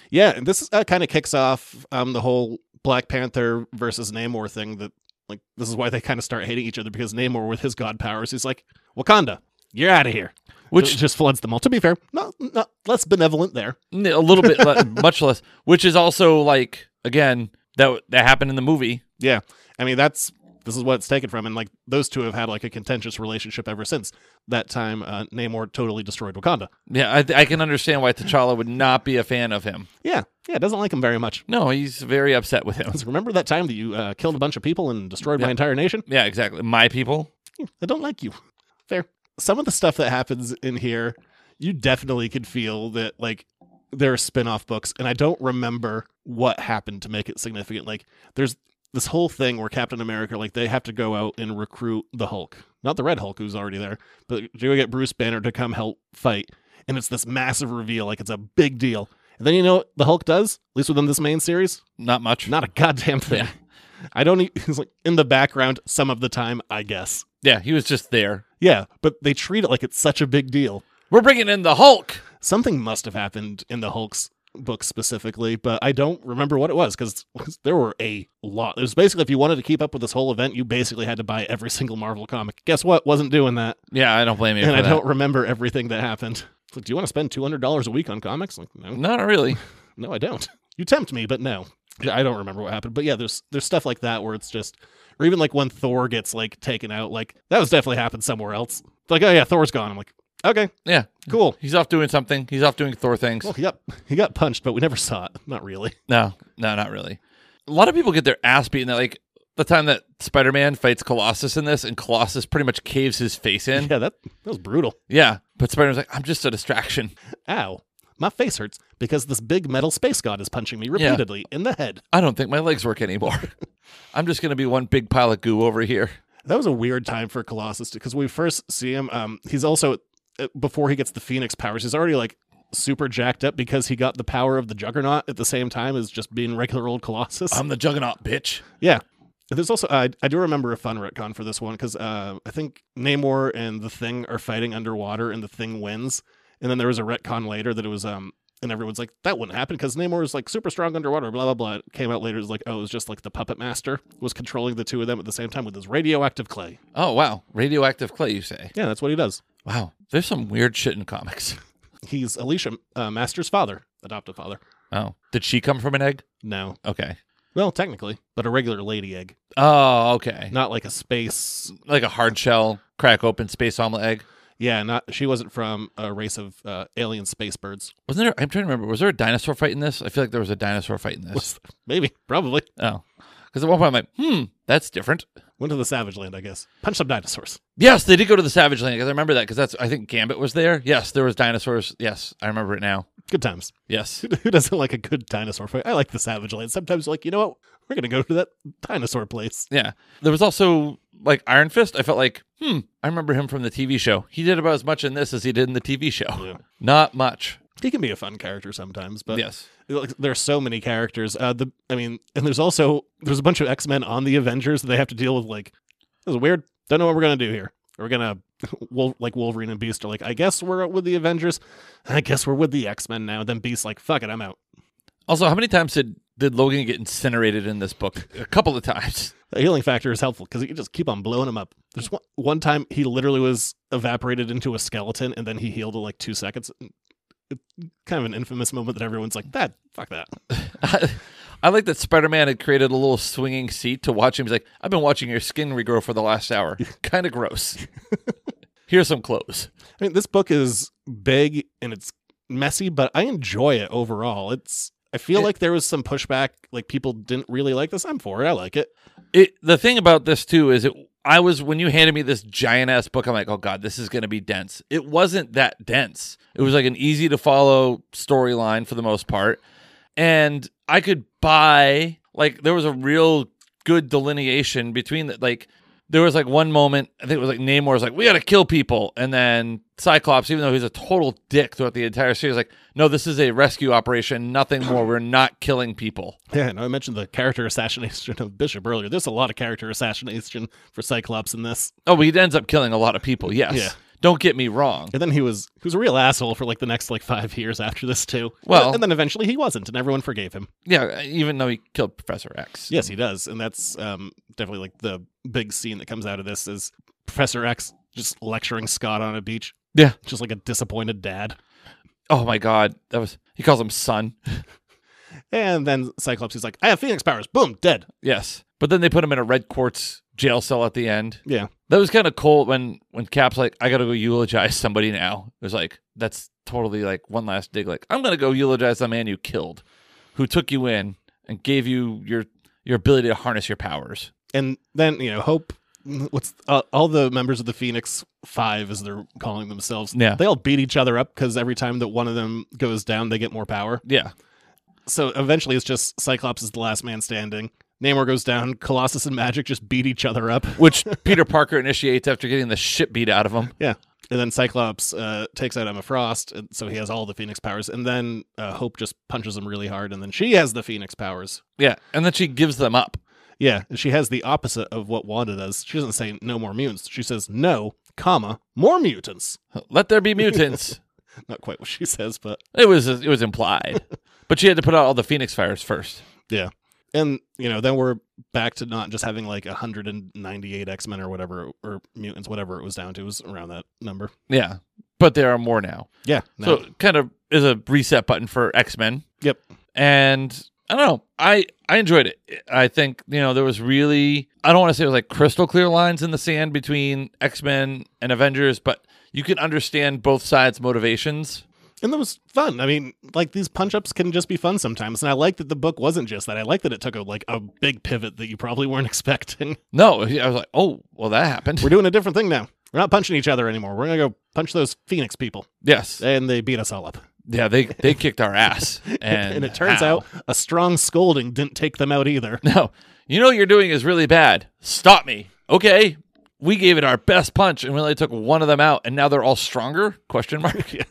S5: yeah. And this uh, kind of kicks off um the whole Black Panther versus Namor thing. That like this is why they kind of start hating each other because Namor with his god powers, he's like Wakanda, you're out of here,
S6: Which-
S5: just floods them all. To be fair, not not less benevolent there.
S6: N- a little bit le- much less which is also like again that that happened in the movie
S5: Yeah. I mean, that's this is what it's taken from. And like those two have had like a contentious relationship ever since that time uh, Namor totally destroyed Wakanda.
S6: yeah I, I can understand why t'challa would not be a fan of him
S5: Yeah. Yeah. Doesn't like him very much.
S6: no he's very upset with him
S5: 'Cause remember that time that you uh, killed a bunch of people and destroyed my
S6: Yeah.
S5: entire nation?
S6: yeah exactly my people
S5: I don't like you. Fair. Some of the stuff that happens in here, you definitely could feel that like there are spin-off books and I don't remember what happened to make it significant. Like there's this whole thing where Captain America, like they have to go out and recruit the Hulk, not the Red Hulk who's already there, but they go get Bruce Banner to come help fight, and it's this massive reveal, like it's a big deal. And then you know what the Hulk does, at least within this main series,
S6: not much,
S5: not a goddamn thing. I don't. e- He's like in the background some of the time, I guess.
S6: Yeah, he was just there.
S5: Yeah, but they treat it like it's such a big deal.
S6: We're bringing in the Hulk.
S5: Something must have happened in the Hulk's book specifically, but I don't remember what it was because there were a lot. It was basically if you wanted to keep up with this whole event, you basically had to buy every single Marvel comic. Guess what? Wasn't doing that.
S6: Yeah, I don't blame you.
S5: and
S6: for
S5: I
S6: that.
S5: don't remember everything that happened. It's like, do you want to spend two hundred dollars a week on comics? Like, no,
S6: Not really.
S5: no, I don't. You tempt me, but no, Yeah, I don't remember what happened. But yeah, there's there's stuff like that where it's just, or even like when Thor gets like taken out, like that was definitely happened somewhere else. It's like, oh yeah, Thor's gone. I'm like, okay,
S6: Yeah,
S5: cool.
S6: He's off doing something. He's off doing Thor things.
S5: Well, he got he got punched, but we never saw it. Not really.
S6: No, no, not really. A lot of people get their ass beaten. That like the time that Spider Man fights Colossus in this, and Colossus pretty much caves his face in.
S5: Yeah, that that was brutal.
S6: Yeah, but Spider Man's like, I'm just a distraction.
S5: Ow. My face hurts because this big metal space god is punching me repeatedly in the head.
S6: I don't think my legs work anymore. I'm just gonna be one big pile of goo over here.
S5: That was a weird time for Colossus because we first see him. Um, he's also uh, before he gets the Phoenix powers, he's already like super jacked up because he got the power of the Juggernaut at the same time as just being regular old Colossus.
S6: I'm the Juggernaut, bitch.
S5: yeah. There's also I I do remember a fun retcon for this one because uh, I think Namor and the Thing are fighting underwater and the Thing wins, and then there was a retcon later that it was um and everyone's like that wouldn't happen because Namor is like super strong underwater blah blah blah. It came out later it was like oh it was just like the puppet master was controlling the two of them at the same time with his radioactive clay.
S6: Oh wow, radioactive clay. You say?
S5: Yeah, that's what he does.
S6: Wow, there's some weird shit in comics.
S5: He's Alicia uh, Masters' father, adoptive father.
S6: Oh, did she come from an egg?
S5: No,
S6: Okay.
S5: well, technically, but a regular lady egg,
S6: Oh, okay.
S5: not like a space.
S6: Like a hard shell, crack open space omelet egg.
S5: Yeah, not she wasn't from a race of uh, alien space birds.
S6: Wasn't there? I'm trying to remember. Was there a dinosaur fight in this? I feel like there was a dinosaur fight in this.
S5: Was- Maybe, probably
S6: Oh, because at one point I'm like, hmm, that's different.
S5: went to the Savage Land, I guess. Punch some dinosaurs.
S6: Yes, they did go to the Savage Land because I remember that because that's I think Gambit was there. Yes, there was dinosaurs. Yes, I remember it now.
S5: Good times.
S6: Yes,
S5: Who, who doesn't like a good dinosaur fight? I like the Savage Land. Sometimes, like you know what, we're gonna go to that dinosaur place.
S6: yeah. There was also like Iron Fist. I felt like, hmm, I remember him from the TV show. He did about as much in this as he did in the TV show.
S5: Yeah.
S6: Not much.
S5: He can be a fun character sometimes, but
S6: yes.
S5: like, there are so many characters. Uh, the I mean, and there's also there's a bunch of X Men on the Avengers that they have to deal with. Like, this is weird. Don't know what we're gonna do here. We're gonna, Wol- like Wolverine and Beast are like, I guess we're with the Avengers. I guess we're with the X Men now. And then Beast's like, fuck it, I'm out.
S6: Also, how many times did did Logan get incinerated in this book? a couple of times.
S5: The healing factor is helpful because you can just keep on blowing him up. There's one one time he literally was evaporated into a skeleton and then he healed in like two seconds. Mm, It's kind of an infamous moment that everyone's like, that fuck that.
S6: I, like that Spider Man had created a little swinging seat to watch him. He's like, I've been watching your skin regrow for the last hour. kind of gross. Here's some clothes.
S5: I mean, this book is big and it's messy, but I enjoy it overall. It's I feel
S6: It-
S5: like there was some pushback, like people didn't really like this. I'm for it. I like it.
S6: It the thing about this too is it I was when you handed me this giant ass book, I'm like, oh god, this is gonna be dense. It wasn't that dense. It was like an easy to follow storyline for the most part. And I could buy like there was a real good delineation between the, like there was like one moment, I think it was like Namor's like, we gotta kill people. And then Cyclops, even though he's a total dick throughout the entire series, like, no, this is a rescue operation, nothing more. We're not killing people.
S5: Yeah, and I mentioned the character assassination of Bishop earlier. There's a lot of character assassination for Cyclops in this.
S6: Oh, but he ends up killing a lot of people. Yes.
S5: Yeah.
S6: Don't get me wrong.
S5: And then he was he was a real asshole for like the next like five years after this too.
S6: Well-
S5: and then eventually he wasn't, and everyone forgave him.
S6: Yeah, even though he killed Professor X.
S5: Yes, he does, and that's um, definitely like the big scene that comes out of this is Professor X just lecturing Scott on a beach,
S6: Yeah.
S5: just like a disappointed dad.
S6: Oh my God, that was he calls him son.
S5: And then Cyclops is like, I have Phoenix powers. Boom, dead.
S6: yes, but then they put him in a red quartz jail cell at the end.
S5: Yeah.
S6: That was kind of cool when when Cap's like, I gotta go eulogize somebody now. It was like that's totally like one last dig. Like I'm gonna go eulogize the man you killed, who took you in and gave you your your ability to harness your powers.
S5: And then, you know, Hope, what's uh, all the members of the Phoenix Five, as they're calling themselves,
S6: Yeah.
S5: they all beat each other up because every time that one of them goes down, they get more power.
S6: Yeah.
S5: So eventually it's just Cyclops is the last man standing. Namor goes down. Colossus and Magic just beat each other up.
S6: Which Peter Parker initiates after getting the shit beat out of him.
S5: Yeah. And then Cyclops uh, takes out Emma Frost, and so he has all the Phoenix powers. And then uh, Hope just punches him really hard, and then she has the Phoenix powers.
S6: Yeah, and then she gives them up.
S5: Yeah, and she has the opposite of what Wanda does. She doesn't say no more mutants. She says no, comma more mutants.
S6: Let there be mutants.
S5: Not quite what she says, but
S6: it was it was implied. but she had to put out all the Phoenix fires first.
S5: Yeah, and you know then we're back to not just having like 198 x-men or whatever or mutants whatever it was down to was around that number
S6: yeah but there are more now
S5: yeah
S6: so
S5: no.
S6: kind of is a reset button for x-men
S5: yep
S6: and i don't know i i enjoyed it i think you know there was really i don't want to say it was like crystal clear lines in the sand between x-men and avengers but you can understand both sides motivations
S5: and that was fun. I mean, like these punch ups can just be fun sometimes. And I like that the book wasn't just that. I like that it took a like a big pivot that you probably weren't expecting.
S6: No, I was like, oh, well, that happened.
S5: We're doing a different thing now. We're not punching each other anymore. We're gonna go punch those Phoenix people.
S6: Yes,
S5: and they beat us all up.
S6: Yeah, they they kicked our ass, and,
S5: and it turns ow. out a strong scolding didn't take them out either.
S6: No, you know what you're doing is really bad. Stop me. Okay, we gave it our best punch, and we only took one of them out, and now they're all stronger? Question mark. yeah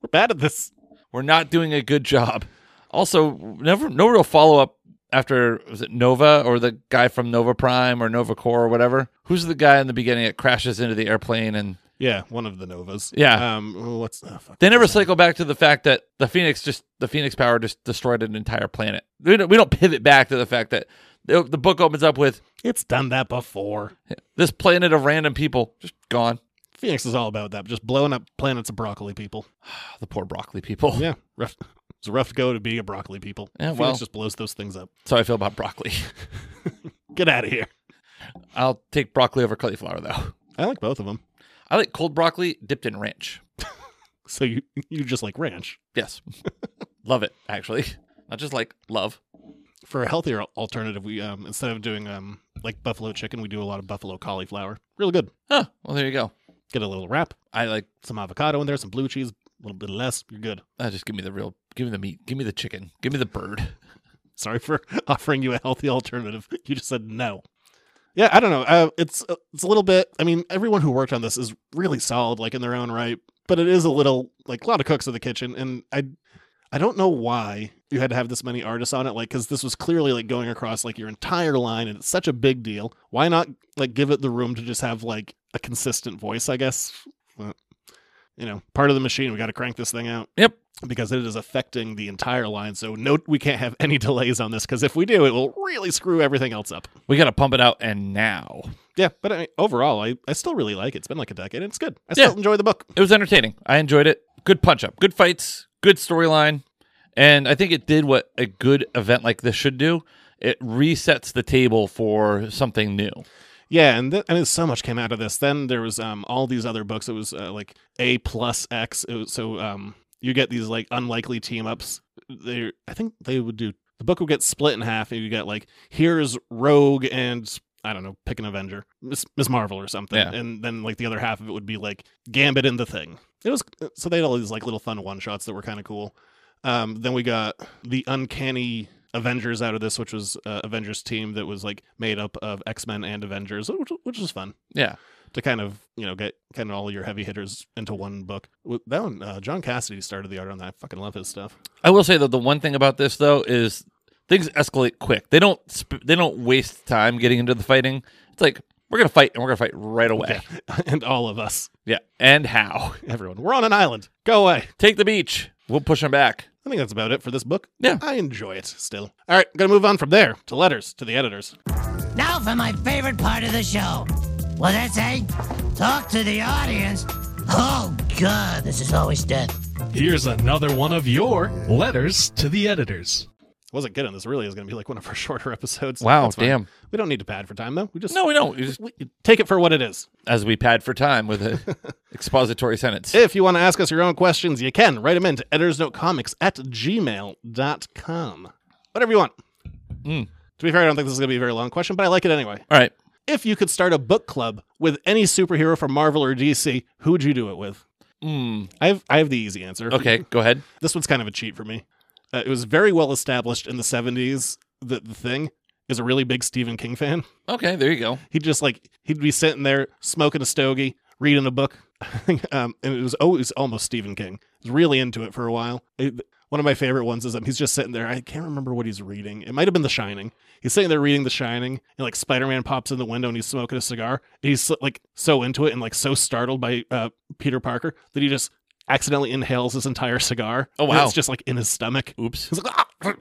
S5: we're bad at this.
S6: We're not doing a good job. Also, never no real follow up after was it Nova or the guy from Nova Prime or Nova Core or whatever. Who's the guy in the beginning that crashes into the airplane and
S5: yeah, one of the Novas.
S6: Yeah.
S5: Um, what's oh,
S6: they never cycle back to the fact that the Phoenix just the Phoenix power just destroyed an entire planet. We don't, we don't pivot back to the fact that the, the book opens up with
S5: it's done that before.
S6: This planet of random people just gone.
S5: Phoenix is all about that, just blowing up planets of broccoli people.
S6: the poor broccoli people.
S5: Yeah, rough. It's a rough go to be a broccoli people.
S6: Yeah,
S5: Phoenix
S6: well,
S5: just blows those things up.
S6: That's how I feel about broccoli.
S5: Get out of here.
S6: I'll take broccoli over cauliflower though.
S5: I like both of them.
S6: I like cold broccoli dipped in ranch.
S5: so you you just like ranch?
S6: Yes, love it actually. Not just like love.
S5: For a healthier alternative, we um, instead of doing um, like buffalo chicken, we do a lot of buffalo cauliflower. Really good.
S6: Huh. Well, there you go
S5: get a little wrap.
S6: I like
S5: some avocado in there, some blue cheese, a little bit less. You're good.
S6: Uh, just give me the real, give me the meat, give me the chicken, give me the bird.
S5: Sorry for offering you a healthy alternative. You just said no. Yeah, I don't know. Uh, it's uh, it's a little bit. I mean, everyone who worked on this is really solid, like in their own right. But it is a little like a lot of cooks in the kitchen, and I I don't know why you had to have this many artists on it, like because this was clearly like going across like your entire line, and it's such a big deal. Why not like give it the room to just have like a consistent voice, I guess. But, you know, part of the machine. We got to crank this thing out.
S6: Yep.
S5: Because it is affecting the entire line. So no, we can't have any delays on this because if we do, it will really screw everything else up.
S6: We got to pump it out and now.
S5: Yeah, but I mean, overall, I, I still really like it. It's been like a decade and it's good. I still yeah. enjoy the book.
S6: It was entertaining. I enjoyed it. Good punch up, good fights, good storyline. And I think it did what a good event like this should do it resets the table for something new.
S5: Yeah, and th- I mean, so much came out of this. Then there was um, all these other books. It was uh, like A plus X. Was, so um, you get these like unlikely team ups. They, I think they would do the book would get split in half, and you get like here's Rogue and I don't know, pick an Avenger, Miss, Miss Marvel or something,
S6: yeah.
S5: and then like the other half of it would be like Gambit and the Thing. It was so they had all these like little fun one shots that were kind of cool. Um, then we got the Uncanny Avengers out of this, which was uh, Avengers team that was like made up of X Men and Avengers, which, which was fun.
S6: Yeah,
S5: to kind of you know get kind of all your heavy hitters into one book. That one, uh, John Cassidy started the art on that. I fucking love his stuff.
S6: I will say that the one thing about this though is things escalate quick. They don't sp- they don't waste time getting into the fighting. It's like we're gonna fight and we're gonna fight right away.
S5: Yeah. and all of us.
S6: Yeah, and how
S5: everyone. We're on an island. Go away.
S6: Take the beach. We'll push them back.
S5: I think that's about it for this book.
S6: Yeah.
S5: I enjoy it still. All right, gonna move on from there to letters to the editors.
S15: Now for my favorite part of the show. Well, that's a talk to the audience. Oh, God, this is always death.
S10: Here's another one of your letters to the editors.
S5: Wasn't good on this. Really, is going to be like one of our shorter episodes.
S6: Wow, damn.
S5: We don't need to pad for time though. We just
S6: no, we don't. We just,
S5: we, take it for what it is.
S6: As we pad for time with a expository sentence.
S5: If you want to ask us your own questions, you can write them in to editorsnotecomics at gmail.com. Whatever you want.
S6: Mm.
S5: To be fair, I don't think this is going to be a very long question, but I like it anyway.
S6: All right.
S5: If you could start a book club with any superhero from Marvel or DC, who would you do it with?
S6: Mm.
S5: I have I have the easy answer.
S6: Okay, go ahead.
S5: This one's kind of a cheat for me. Uh, it was very well established in the 70s that the thing is a really big Stephen King fan.
S6: Okay, there you go.
S5: He'd just like he'd be sitting there smoking a stogie, reading a book. um, and it was always almost Stephen King. I was really into it for a while. It, one of my favorite ones is um, he's just sitting there. I can't remember what he's reading. It might have been The Shining. He's sitting there reading The Shining, and like Spider Man pops in the window and he's smoking a cigar. And he's like so into it and like so startled by uh, Peter Parker that he just accidentally inhales his entire cigar.
S6: Oh,
S5: And
S6: wow.
S5: it's just like in his stomach.
S6: Oops.
S5: He's like, "Ah!"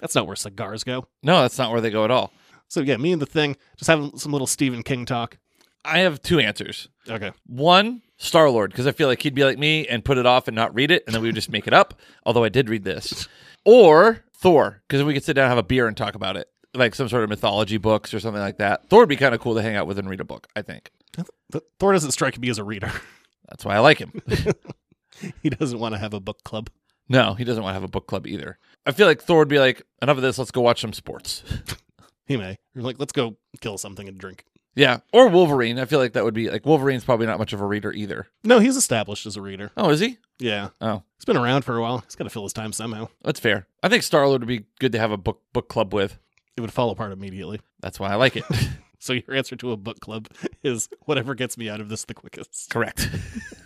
S5: that's not where cigars go.
S6: No, that's not where they go at all.
S5: So yeah, me and the thing just having some little Stephen King talk.
S6: I have two answers.
S5: Okay.
S6: One, Star Lord, because I feel like he'd be like me and put it off and not read it, and then we would just make it up. Although I did read this. Or Thor, because we could sit down and have a beer and talk about it, like some sort of mythology books or something like that. Thor would be kind of cool to hang out with and read a book, I think.
S5: Th- Thor doesn't strike me as a reader.
S6: That's why I like him.
S5: he doesn't want to have a book club.
S6: No, he doesn't want to have a book club either. I feel like Thor would be like, enough of this, let's go watch some sports.
S5: He may. You're like, let's go kill something and drink.
S6: yeah. Or Wolverine. I feel like that would be like Wolverine's probably not much of a reader either.
S5: No, he's established as a reader.
S6: Oh, is he?
S5: Yeah.
S6: Oh.
S5: He's been around for a while. He's got to fill his time somehow.
S6: That's fair. I think Star Lord would be good to have a book book club with.
S5: It would fall apart immediately.
S6: That's why I like it.
S5: So your answer to a book club is whatever gets me out of this the quickest.
S6: Correct.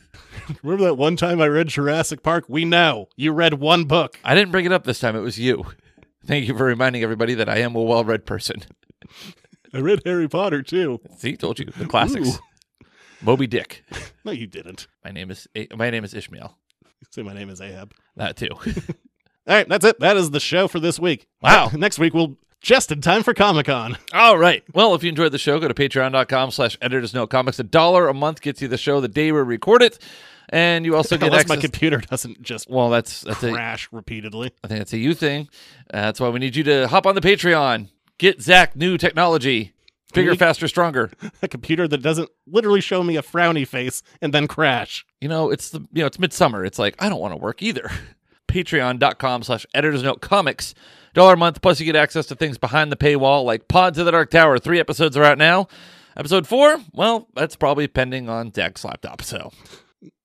S5: Remember that one time I read Jurassic Park? We know. You read one book.
S6: I didn't bring it up this time. It was you. Thank you for reminding everybody that I am a well read person.
S5: I read Harry Potter too.
S6: See, told you the classics. Moby Dick.
S5: No, you didn't.
S6: My name is A- my name is Ishmael.
S5: Say my name is Ahab.
S6: That too.
S5: All right, that's it. That is the show for this week.
S6: Wow.
S5: Next week we'll just in time for Comic Con.
S6: All right. Well, if you enjoyed the show, go to patreon.com slash editors note comics. A dollar a month gets you the show the day we record it. And you also get
S5: Unless my
S6: access.
S5: computer doesn't just
S6: well, that's that's a
S5: crash repeatedly.
S6: I think that's a you thing. Uh, that's why we need you to hop on the Patreon. Get Zach new technology. Bigger,
S5: We-
S6: faster, stronger.
S5: A computer that doesn't literally show me a frowny face and then crash.
S6: You know, it's the you know, it's midsummer. It's like, I don't want to work either. Patreon.com slash editors note comics. Dollar a month, plus you get access to things behind the paywall like Pod to the Dark Tower. Three episodes are out now. Episode four, well, that's probably pending on Zach's laptop, so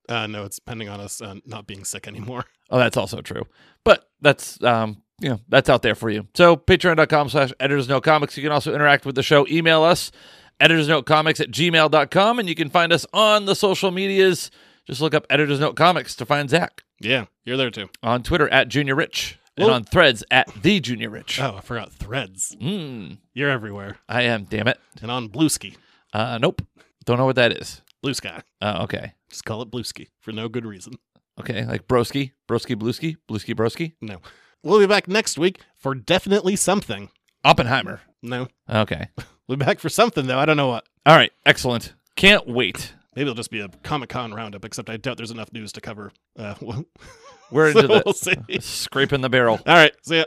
S5: Uh, no, it's depending on us uh, not being sick anymore.
S6: Oh, that's also true. But that's um, you know, that's out there for you. So patreon.com slash editors note comics. You can also interact with the show. Email us editors note comics at gmail.com and you can find us on the social medias. Just look up editors note comics to find Zach.
S5: Yeah, you're there too.
S6: On Twitter at Junior Rich. And
S5: Well-
S6: on threads at the Junior Rich.
S5: Oh, I forgot threads.
S6: Mm,
S5: You're everywhere.
S6: I am, damn it.
S5: And on Bluesky.
S6: Uh nope. Don't know what that is.
S5: Blue Sky.
S6: Oh, okay.
S5: Just call it Bluesky for no good reason.
S6: Okay, like broski, broski bluski, bluski broski.
S5: No. We'll be back next week for definitely something.
S6: Oppenheimer.
S5: No.
S6: Okay.
S5: We'll be back for something, though. I don't know what.
S6: All right, excellent. Can't wait.
S5: Maybe it'll just be a Comic Con roundup, except I doubt there's enough news to cover. Uh, well,
S6: We're
S5: So
S6: into the
S5: we'll see.
S6: scraping the barrel.
S5: all right. See ya.